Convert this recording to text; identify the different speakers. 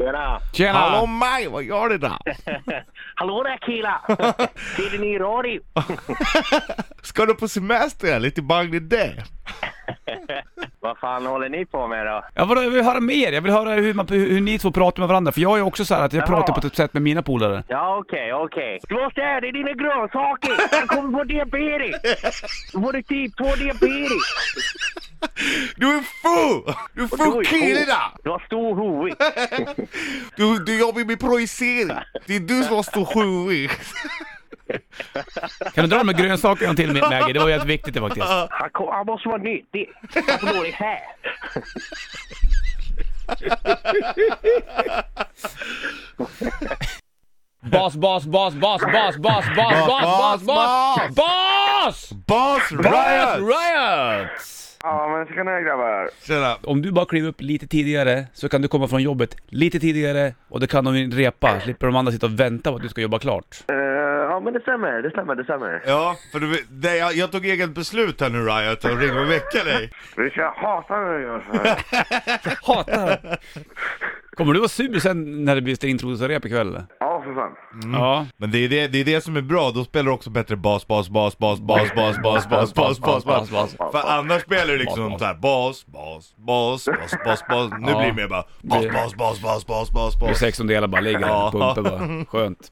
Speaker 1: Tjena!
Speaker 2: Tjena!
Speaker 3: Hallå Maj, vad gör du då?
Speaker 1: Hallå där killar! Sitter ni i radio?
Speaker 3: Ska du på semester eller till Bangladesh?
Speaker 1: Vad fan håller ni på med då?
Speaker 2: Ja, vadå, jag vill höra mer. Jag vill höra hur, man, hur, hur ni två pratar med varandra. För jag är också så här att jag
Speaker 1: Jaha.
Speaker 2: pratar på ett sätt med mina polare.
Speaker 1: Ja, okej, okej. Du måste äta dina grönsaker! Du kommer få diabetes! Du får typ 2 diabetes!
Speaker 3: Du är full! Du är
Speaker 1: Och du
Speaker 3: full
Speaker 1: är
Speaker 3: kille
Speaker 1: stor.
Speaker 3: då!
Speaker 1: Du har stor huvud.
Speaker 3: Du, du jobbar med projicering. Det är du som har stor sjurig.
Speaker 2: Kan du dra de här grönsakerna till mig, Maggie? Det var jävligt viktigt det faktiskt.
Speaker 1: Han, kom, han måste vara nyttig. Han får dålig här.
Speaker 2: Bas, bas, bas, bas, bas, bas, bas, bas, bas, bas, bas!
Speaker 3: Bas
Speaker 2: Bas
Speaker 3: Riot!
Speaker 2: Riot!
Speaker 4: Ja men tjena grabbar.
Speaker 3: Tjena.
Speaker 2: Om du bara kliver upp lite tidigare så kan du komma från jobbet lite tidigare och då kan de ju repa. Slipper de andra sitta och vänta på att du ska jobba klart.
Speaker 4: Eh, ja men det stämmer, det stämmer, det stämmer.
Speaker 3: Ja, för du, vet- nej, jag, jag tog eget beslut här nu Riot och ringde och väckte dig.
Speaker 4: Vi ska hata när du gör så här.
Speaker 2: Hatar det. Kommer du vara sur sen när det blir introducerrep ikväll eller?
Speaker 4: Ja för fan.
Speaker 2: Ja.
Speaker 3: Men det är det, det är det som är bra, då spelar du också bättre bas, bas, bas, bas, bas, bas, bas, bas, bas, bas, bas. För annars spelar du liksom såhär bas, bas, bas, bas, bas, bas. Nu
Speaker 2: Ja.
Speaker 3: blir det mer bara bas, bas, bas, bas, bas, bas,
Speaker 2: Och
Speaker 3: bas.
Speaker 2: 16 delar bara ligger
Speaker 3: Ja.
Speaker 2: pumpar bara. Skönt.